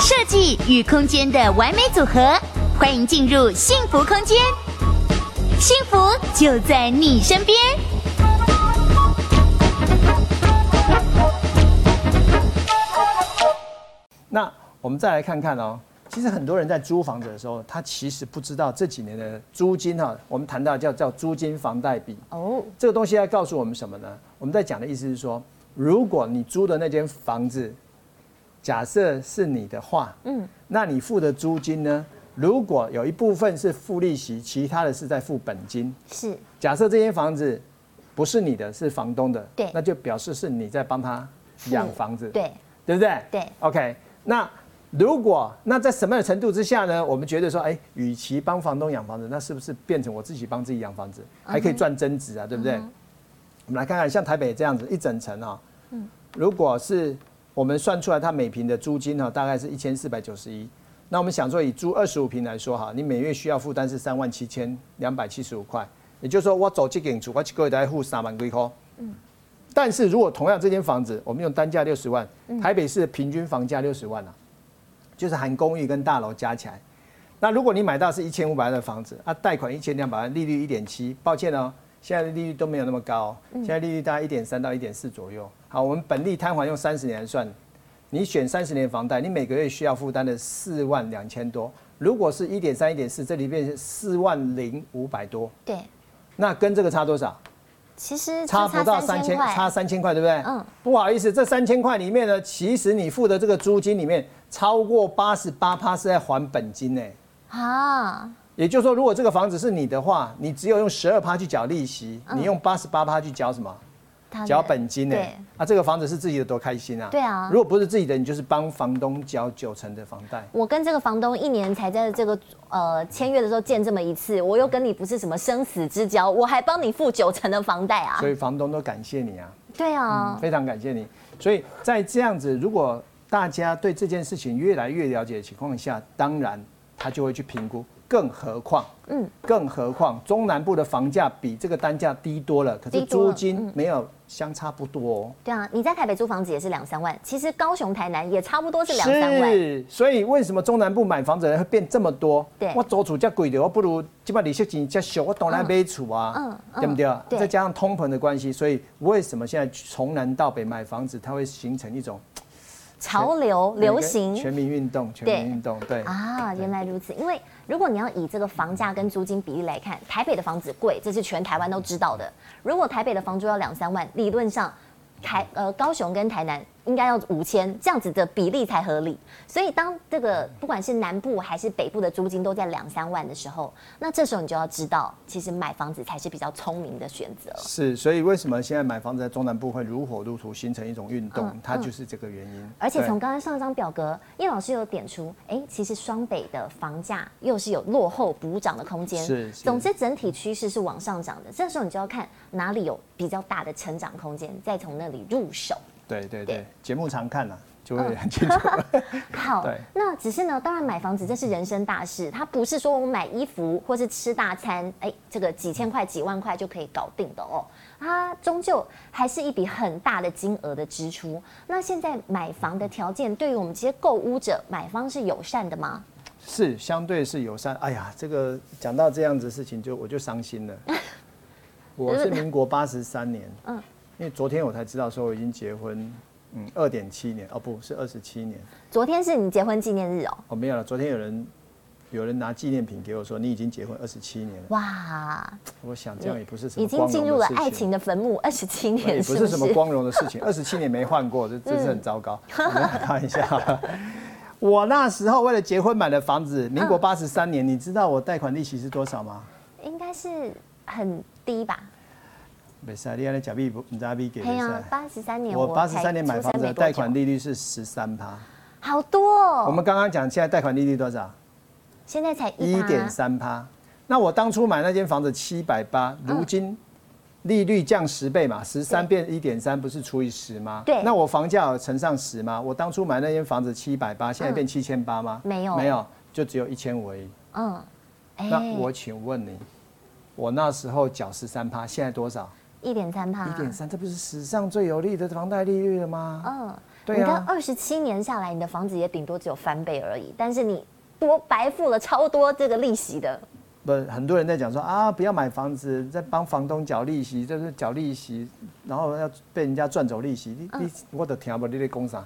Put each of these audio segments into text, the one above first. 设计与空间的完美组合，欢迎进入幸福空间，幸福就在你身边。那我们再来看看哦，其实很多人在租房子的时候，他其实不知道这几年的租金哈、我们谈到叫叫租金房贷比哦，这个东西要告诉我们什么呢？我们在讲的意思是说，如果你租的那间房子，假设是你的话，嗯，那你付的租金呢？如果有一部分是付利息，其他的是在付本金。是假设这间房子不是你的，是房东的，对那就表示是你在帮他养房子，对，对不对？对，OK。那如果那在什么样的程度之下呢？我们觉得说，哎，与其帮房东养房子，那是不是变成我自己帮自己养房子，还可以赚增值啊？对不对？我们来看看，像台北这样子一整层啊，如果是我们算出来它每平的租金哈、大概是一千四百九十一。那我们想说，以租二十五平来说哈，你每月需要负担是三万七千两百七十五块，也就是说，我走这间厝，我一个月大概付三万几块。但是如果同样这间房子，我们用单价六十万，台北市的平均房价六十万啊，就是含公寓跟大楼加起来。那如果你买到是一千五百万的房子，啊，贷款一千两百万，利率一点七，抱歉哦，现在的利率都没有那么高哦、现在利率大概一点三到一点四左右。好，我们本利摊还用三十年来算，你选三十年房贷，你每个月需要负担的四万两千多，如果是一点三、一点四，这里变四万零五百多，对，那跟这个差多少？其实差不到三千，块，差三千块，对不对？嗯不好意思，这三千块里面呢，其实你付的这个租金里面，超过八十八趴是在还本金呢。啊，也就是说，如果这个房子是你的话，你只有用十二趴去缴利息，你用八十八趴去缴什么？当然缴本金呢嗯对，？啊，这个房子是自己的，多开心啊！对啊如果不是自己的，你就是帮房东缴九成的房贷。我跟这个房东一年才在这个呃签约的时候见这么一次，我又跟你不是什么生死之交，我还帮你付九成的房贷啊所。以房东都感谢你啊，对啊，非常感谢你。所以在这样子，如果大家对这件事情越来越了解的情况下，当然他就会去评估。更何况，嗯，更何况中南部的房价比这个单价低多了，可是低多租了嗯金没有相差不多、哦。对啊，你在台北租房子也是两三万，其实高雄、台南也差不多是两三万。是，所以为什么中南部买房子的人会变这么多？对我租厝这贵的，我不如基本利息钱这小，我当然买厝啊，嗯嗯对不对？对再加上通膨的关系，所以为什么现在从南到北买房子，它会形成一种潮流流行全民运动，全民运动，对啊，对原来如此。因为如果你要以这个房价跟租金比例来看，台北的房子贵，这是全台湾都知道的。如果台北的房租要两三万，理论上台呃高雄跟台南应该要五千，这样子的比例才合理。所以当这个不管是南部还是北部的租金都在两三万的时候，那这时候你就要知道，其实买房子才是比较聪明的选择。是，所以为什么现在买房子在中南部会如火如荼，形成一种运动？它就是这个原因。嗯而且对从刚刚上一张表格，叶老师有点出，哎，其实双北的房价又是有落后补涨的空间。是是总之整体趋势是往上涨的，这时候你就要看哪里有比较大的成长空间，再从那里入手。对对对对，嗯节目常看了就会很清楚。好对，那只是呢，当然买房子这是人生大事，它不是说我买衣服或是吃大餐，哎，这个几千块、几万块就可以搞定的哦。它终究还是一笔很大的金额的支出。那现在买房的条件对于我们这些购屋者、买方是友善的吗？ 是相对是友善。哎呀，这个讲到这样子的事情就，我就伤心 了。我是民国八十三年，嗯，因为昨天我才知道说我已经结婚，嗯，二点七年哦，不是二十七年昨天是你结婚纪念日哦，哦，没有了。昨天有人有人拿纪念品给我说你已经结婚二十七年了，哇，我想这样也不是什嗯已么经光进荣入了的事爱情。哎情的坟墓二十七也年，不是嗯是不什么是？光荣的事情， 二十七年没换过，这真是很糟糕。 我们开玩笑， 我那时候为了结婚买的房嗯子，民国八十三年，你知道我贷款利息是多少吗？应该是很低吧？没事，你安尼假币不，你假币给哎没呀事，。八十三年我我八十才三年买出房生子的没多贷款久利率是十三趴，好多哦。我们刚刚讲现在贷款利率多少？现在才一趴点，三趴。那我当初买那间房子七百八，嗯如今利率降十倍嘛，十三变一点三，不是除以十吗？对那我房价有乘上十吗？我当初买那间房子七百八，现在变七千八吗？嗯没有没有，就只有一千五而已。嗯，哎那我请问你，我那时候缴十三趴，现在多少？一点三帕，一点，三，这不是史上最有利的房贷利率了吗？嗯，对你啊看二十七年下来，你的房子也顶多只有翻倍而已，但是你多白付了超多这个利息的，不，很多人在讲说啊，不要买房子，在帮房东缴利息，就是缴利息，然后要被人家赚走利息。你嗯你，我都听不，你在讲啥？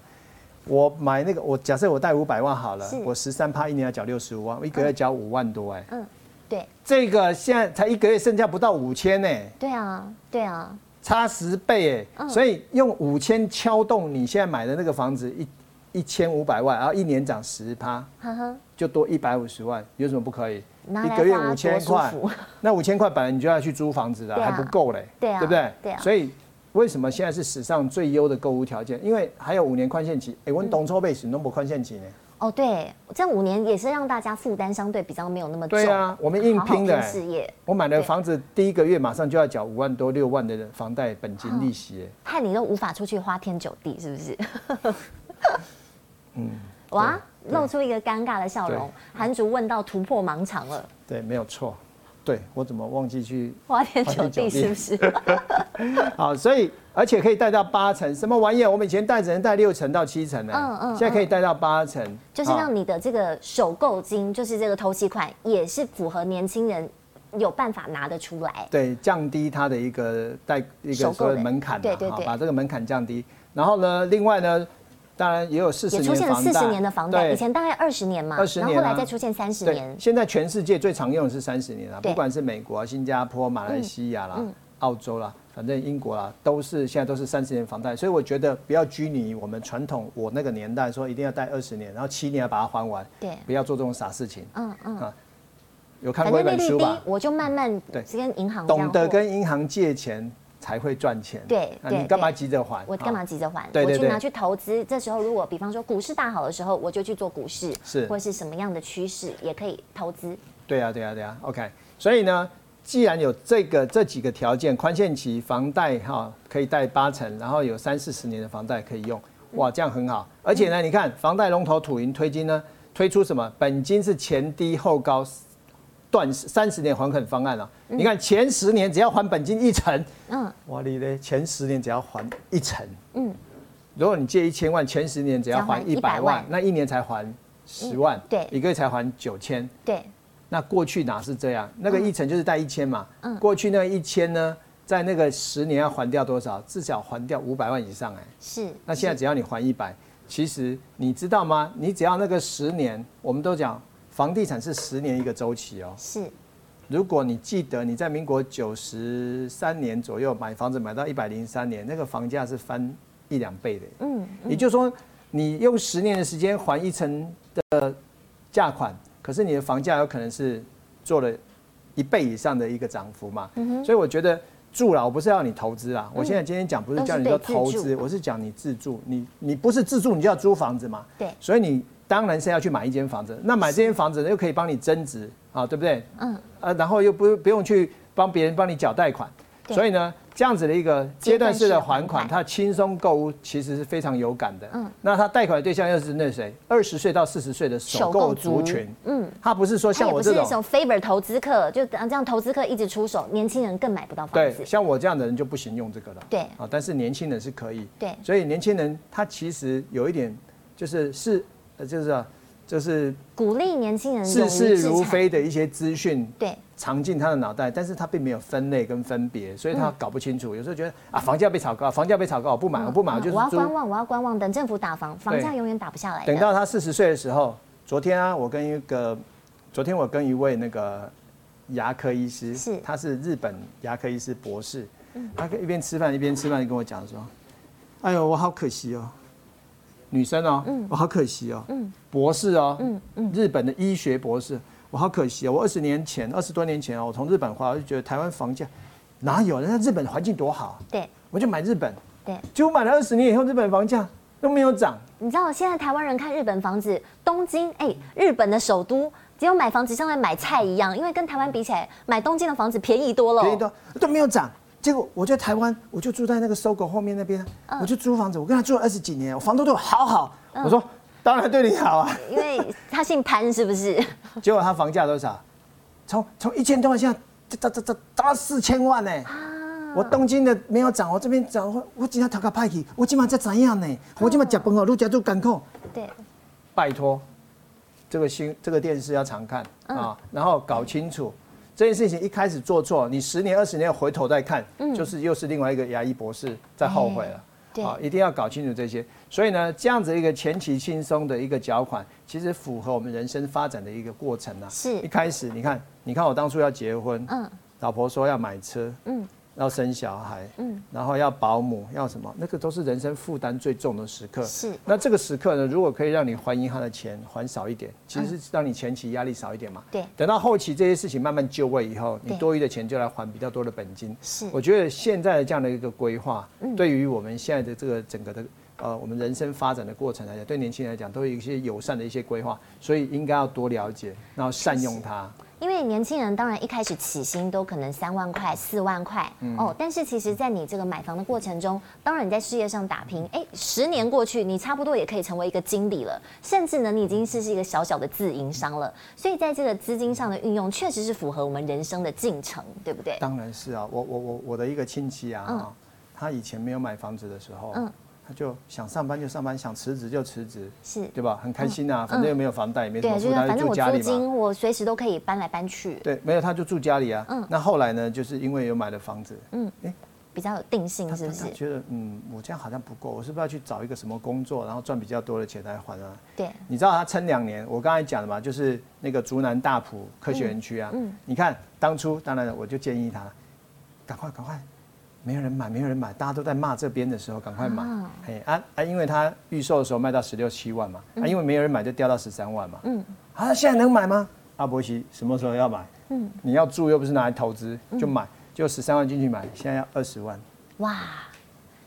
我买那个，我假设我贷五百万好了是，我十三趴一年要缴六十五万，我一个月缴五万多哎、嗯，对，这个现在才一个月剩下不到五千呢，哎对啊，对啊，差十倍哎、嗯所以用五千敲动你现在买的那个房子一一千五百万，然后一年涨十趴，呵呵，就多一百五十万，有什么不可以？拿一来个月花五千多块舒服， 那五千块本来你就要去租房子的，对啊还不够嘞，对啊不对？对啊所以为什么现在是史上最优的购物条件？因为还有五年宽限期，哎，嗯我们董筹倍是弄不宽限期呢？哦，对，这五年也是让大家负担相对比较没有那么重，对啊，我们硬好好拼的拼哎事业，我买了对房子，第一个月马上就要缴五万多、六万的房贷本金利息，哎害你都无法出去花天酒地，是不是？ 嗯， 哇，对露出一个尴尬的笑容。韩竹问到突破盲肠了，对，没有错。对我怎么忘记去？花天酒花天酒地地是不是？ 好，所以而且可以贷到八成，什么玩意儿？我们以前贷只能贷六成到七成呢，嗯嗯现在可以贷到八成，就是好让你的这个首购 金，就是这个投期款，也是符合年轻人有办法拿得出来。对，降低它的一个贷一首个购所谓的门槛嘛，对对哈对把这个门槛降低。然后呢，另外呢，当然也有四十也年出现了房四十贷年的房贷，对以前大概二十年嘛， 20然后后年啊来再出现三十对年，，现在全世界最常用的是三十年啊，对嗯不管是美国、啊、新加坡、马来西亚啦、澳洲啦，反正英国啦，都是现在都是三十年房贷。所以我觉得不要拘泥于我们传统我那个年代说一定要贷二十年，然后七年要把它还完，对不要做这种傻事情。嗯嗯，啊，有看反过正一利本率书低吧，？嗯我就慢慢对跟银行这样懂得过跟银行借钱才会赚钱。对啊对你干嘛对急着还？我干嘛啊急着还？对对我去对拿去投资。这时候如果比方说股市大好的时候，我就去做股市，是或是什么样的趋势也可以投资。对啊，对啊，对啊。OK，所以呢，既然有这个这几个条件，宽限期、房贷哈、可以贷八成，然后有三四十年的房贷可以用，哇，这样很好。而且呢，你看房贷龙头土银推金呢，推出什么？本金是前低后高，断三十年还款方案啊。你看前十年只要还本金一成，嗯，哇，你嘞前十年只要还一成，嗯，如果你借一千万，前十年只要还只一要还百万嗯100万，那一年才还十万，对一个月才还九千。对，那过去哪是这样？那个一层就是贷一千嘛，过去那个一千呢，在那个十年要还掉多少？至少还掉五百万以上哎、是。那现在只要你还一百，其实你知道吗？你只要那个十年，我们都讲房地产是十年一个周期哦。是如果你记得你在民国九十三年左右买房子，买到一百零三年，那个房价是翻一两倍的。嗯，也就是说，你用十年的时间还一层的价款，可是你的房价有可能是做了一倍以上的一个涨幅嘛。嗯所以我觉得住啦，我不是要你投资啦。我现在今天讲不是叫你都说是对投自资，住我是讲你自住。你你不是自住，你就要租房子嘛。对所以你当然是要去买一间房子。那买这间房子呢，又可以帮你增值啊，对不对？嗯。呃，然后又不不用去帮别人帮你缴贷款，对所以呢，这样子的一个阶阶段段式式的的还还款款，它轻松购屋其实是非常有感的。嗯。那他贷款的对象又是那谁？二十岁到四十岁的首购族群。嗯。他不是说他像也我不这是那种。种 favor 投资客，就这样投资客一直出手，年轻人更买不到房对，子。像我这样的人就不行用这个了。对啊，但是年轻人是可以。对所以年轻人他其实有一点就是是呃就是、啊、就是鼓励年轻人勇视于事资如产。非的一些资讯，对，藏进他的脑袋，但是他并没有分类跟分别，所以嗯他搞不清楚。有时候觉得啊，房价被炒高，房价被炒高，我不买，啊我不买，我就是嗯我要租。观望，我要观望，等政府打房，房价永远打不下来的。等到他四十岁的时候，昨天啊，我跟一个，昨天我跟一位那个牙科医师，是嗯他是日本牙科医师博士，他一边吃饭一边吃饭就跟我讲说，哎呦，我好可惜哦，女生哦，嗯我好可惜哦，博士哦，日本的医学博士，我好可惜哦，我二十年前二十多年前哦，我从日本回来我就觉得台湾房价哪有，人家日本环境多好，对我就买日本，对，结果买了二十年以后，日本房价都没有涨。你知道现在台湾人看日本房子，东京哎、日本的首都，只有买房子像在买菜一样，因为跟台湾比起来，买东京的房子便宜多了哦。便宜多都没有涨。结果我在台湾，我就住在那个搜狗后面那边，嗯我就租房子，我跟他住了二十几年，我房东对我好好。我说当然对你好啊， 因为他姓潘是不是？ 结果他房价多少？从从一千多万现在涨涨涨涨到四千万呢、啊，我东京的没有涨，我这边涨，我我今天头壳派去，我今晚在怎样呢？我今晚吃饭哦，愈吃愈艰苦。对，拜托，这个新这个电视要常看嗯啊，然后搞清楚这件事情一开始做错，你十年二十年回头再看，就是又是另外一个牙医博士在后悔了。嗯对啊，一定要搞清楚这些。所以呢，这样子一个前期轻松的一个缴款，其实符合我们人生发展的一个过程啊。是一开始你看，你看我哦当初要结婚，嗯老婆说要买车，嗯要生小孩，嗯然后要保姆，要什么，那个都是人生负担最重的时刻。是那这个时刻呢，如果可以让你还银行的钱还少一点，其实是让你前期压力少一点嘛。嗯对等到后期这些事情慢慢就位以后，你对多余的钱就来还比较多的本金。是嗯我觉得现在的这样的一个规划，对于我们现在的这个整个的。呃，我们人生发展的过程来讲，对年轻人来讲，都有一些友善的一些规划，所以应该要多了解，然后善用它。因为年轻人当然一开始起薪都可能三万块、四万块、嗯哦，但是其实，在你这个买房的过程中，当然你在事业上打拼，哎，十年过去，你差不多也可以成为一个经理了，甚至呢，你已经是是一个小小的自营商了。所以在这个资金上的运用，确实是符合我们人生的进程，对不对？当然是啊，我我我我的一个亲戚啊，嗯哈他以前没有买房子的时候，嗯他就想上班就上班，想辞职就辞职，是对吧？很开心啊，反正又没有房贷，也没什嗯对，么负就是担，反正住我家租里嘛。金，我随时都可以搬来搬去，对，没有他就住家里啊。嗯那后来呢，就是因为有买了房子，嗯，哎，比较有定性，他是他不他是？觉得嗯，我这样好像不够，我是不是要去找一个什么工作，然后赚比较多的钱来还啊？对，你知道他撑两年，我刚才讲的嘛，就是那个竹南大埔科学园区啊。你看当初，当然了我就建议他，赶快赶快，没有人买，没有人买，大家都在骂这边的时候，赶快买啊。哎啊啊，因为他预售的时候卖到十六七万嘛，啊，因为没有人买就掉到十三万嘛。嗯，啊，现在能买吗？阿伯奇什么时候要买？嗯，你要住又不是拿来投资，就买，就十三万进去买，现在要二十万，哇，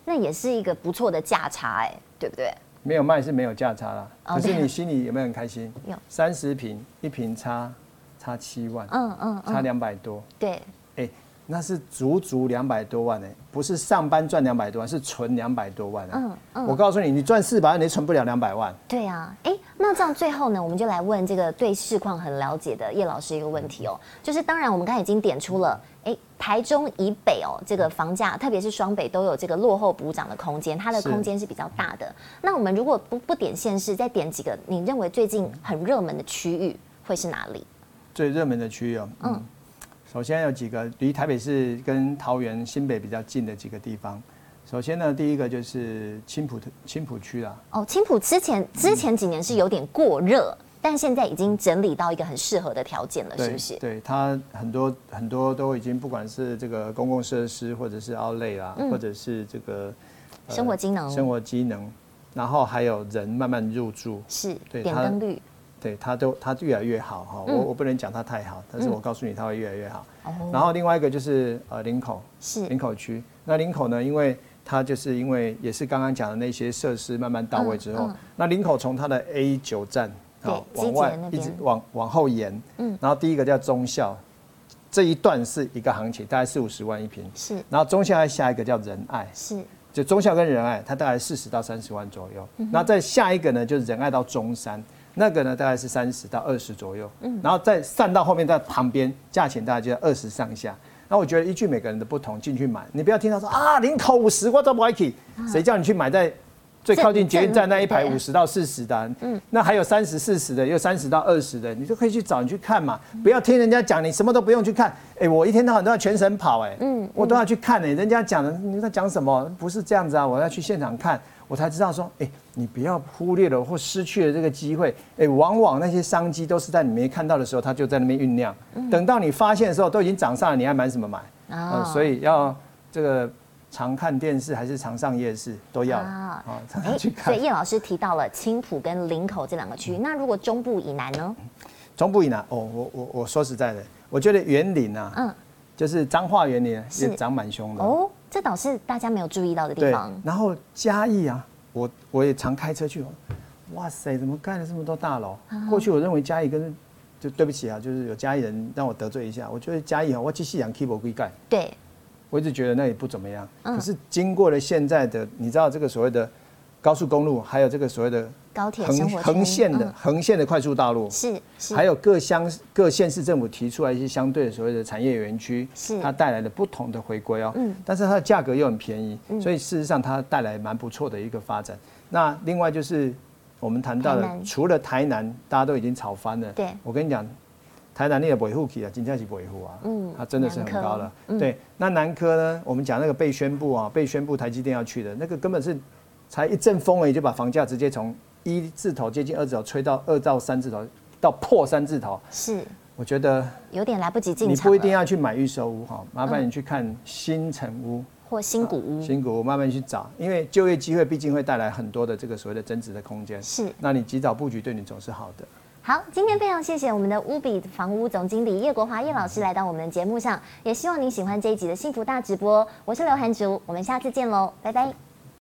那也是一个不错的价差，哎，对不对？没有卖是没有价差啦。哦可是对你心里有没有很开心？有三十平，一平差差七万，嗯嗯差嗯，两百多，对，哎、那是足足两百多万呢、不是上班赚两百多万，是存两百多万、啊。嗯嗯我告诉你，你赚四百万，你存不了两百万。对啊，哎，那这样最后呢，我们就来问这个对市况很了解的叶老师一个问题哦，就是当然我们刚才已经点出了，哎，台中以北哦，这个房价，特别是双北都有这个落后补涨的空间，它的是空间是比较大的。那我们如果不不点县市，再点几个你认为最近很热门的区域会是哪里？最热门的区域、哦，嗯，首先有几个离台北市跟桃园、新北比较近的几个地方。首先呢，第一个就是青浦青浦区啦，哦，青浦之前之前几年是有点过热，但现在已经整理到一个很适合的条件了，是对不是？对，它很多很多都已经不管是这个公共设施，或者是 outlet 啦，或者是这个、呃嗯生活机能生活机能，然后还有人慢慢入住，是对点它灯率对它都它越来越好哈。嗯我我不能讲它太好，但是我告诉你它会越来越好。哦然后另外一个就是呃林口是林口区，那林口呢，因为它就是因为也是刚刚讲的那些设施慢慢到位之后，那林口从它的 A 九站嗯对好机捷往外那一边直往往后延，嗯，然后第一个叫中校，这一段是一个行情，大概四五十万一平。是然后中校还下一个叫仁爱，是就中校跟仁爱，它大概四十到三十万左右。那再下一个呢，就是仁爱到中山，那个呢大概是三十到二十左右。然后再散到后面在旁边，价钱大概就在二十上下。那我觉得依据每个人的不同进去买，你不要听到说啊零头五十，我怎么 k 谁叫你去买在最靠近捷运站那一排正五正十到四十的啊、那还有三十四十的，又三十到二十的，你就可以去找你去看嘛，不要听人家讲，你什么都不用去看。哎、我一天到晚都要全省跑、哎，嗯我都要去看、哎，人家讲的你在讲什么？不是这样子啊，我要去现场看，我才知道说，哎、你不要忽略了或失去了这个机会，哎、往往那些商机都是在你没看到的时候，它就在那边酝酿，嗯等到你发现的时候，都已经涨上来，你还买什么买？啊呃所以要这个常看电视还是常上夜市都要啊啊，常哎，常去看嗯所以。叶老师提到了青浦跟林口这两个区，那如果中部以南呢？中部以南，哦，我我我说实在的，我觉得园林啊，嗯就是彰化园林啊是也长蛮凶的，哦，这倒是大家没有注意到的地对方。。然后嘉义啊，我我也常开车去，哦哇塞，怎么盖了这么多大楼？啊过去我认为嘉义跟就对不起啊，就是有嘉义人让我得罪一下，我觉得嘉义啊，我只是养 keyboard 归盖，对，我一直觉得那也不怎么嗯样。可是经过了现在的，你知道这个所谓的高速公路，还有这个所谓的高铁生横活圈横线的嗯横线的快速道路，是是，还有各乡各县市政府提出来一些相对的所谓的产业园区，是它带来了不同的回归哦。嗯但是它的价格又很便宜，所以事实上它带来蛮不错的一个发展。那另外就是我们谈到台了，南除了台南，大家都已经炒翻了。对我跟你讲，台南那个维护期啊，金价是维护啊，嗯它真的是很高了。南科嗯对，那南科呢，我们讲那个被宣布啊，被宣布台积电要去的那个根本是才一阵风而已，就把房价直接从一字头接近二字头，吹到二到三字头，到破三字头。是我觉得有点来不及进你场不了，一定要去买预售屋哈，麻烦你去看新城屋、或新古屋，啊新股屋，慢慢去找，因为就业机会毕竟会带来很多的这个所谓的增值的空间。是那你及早布局对你总是好的。好，今天非常谢谢我们的乌比房屋总经理叶国华叶老师来到我们的节目上，也希望您喜欢这一集的幸福大直播。我是刘涵竹，我们下次见喽，拜拜。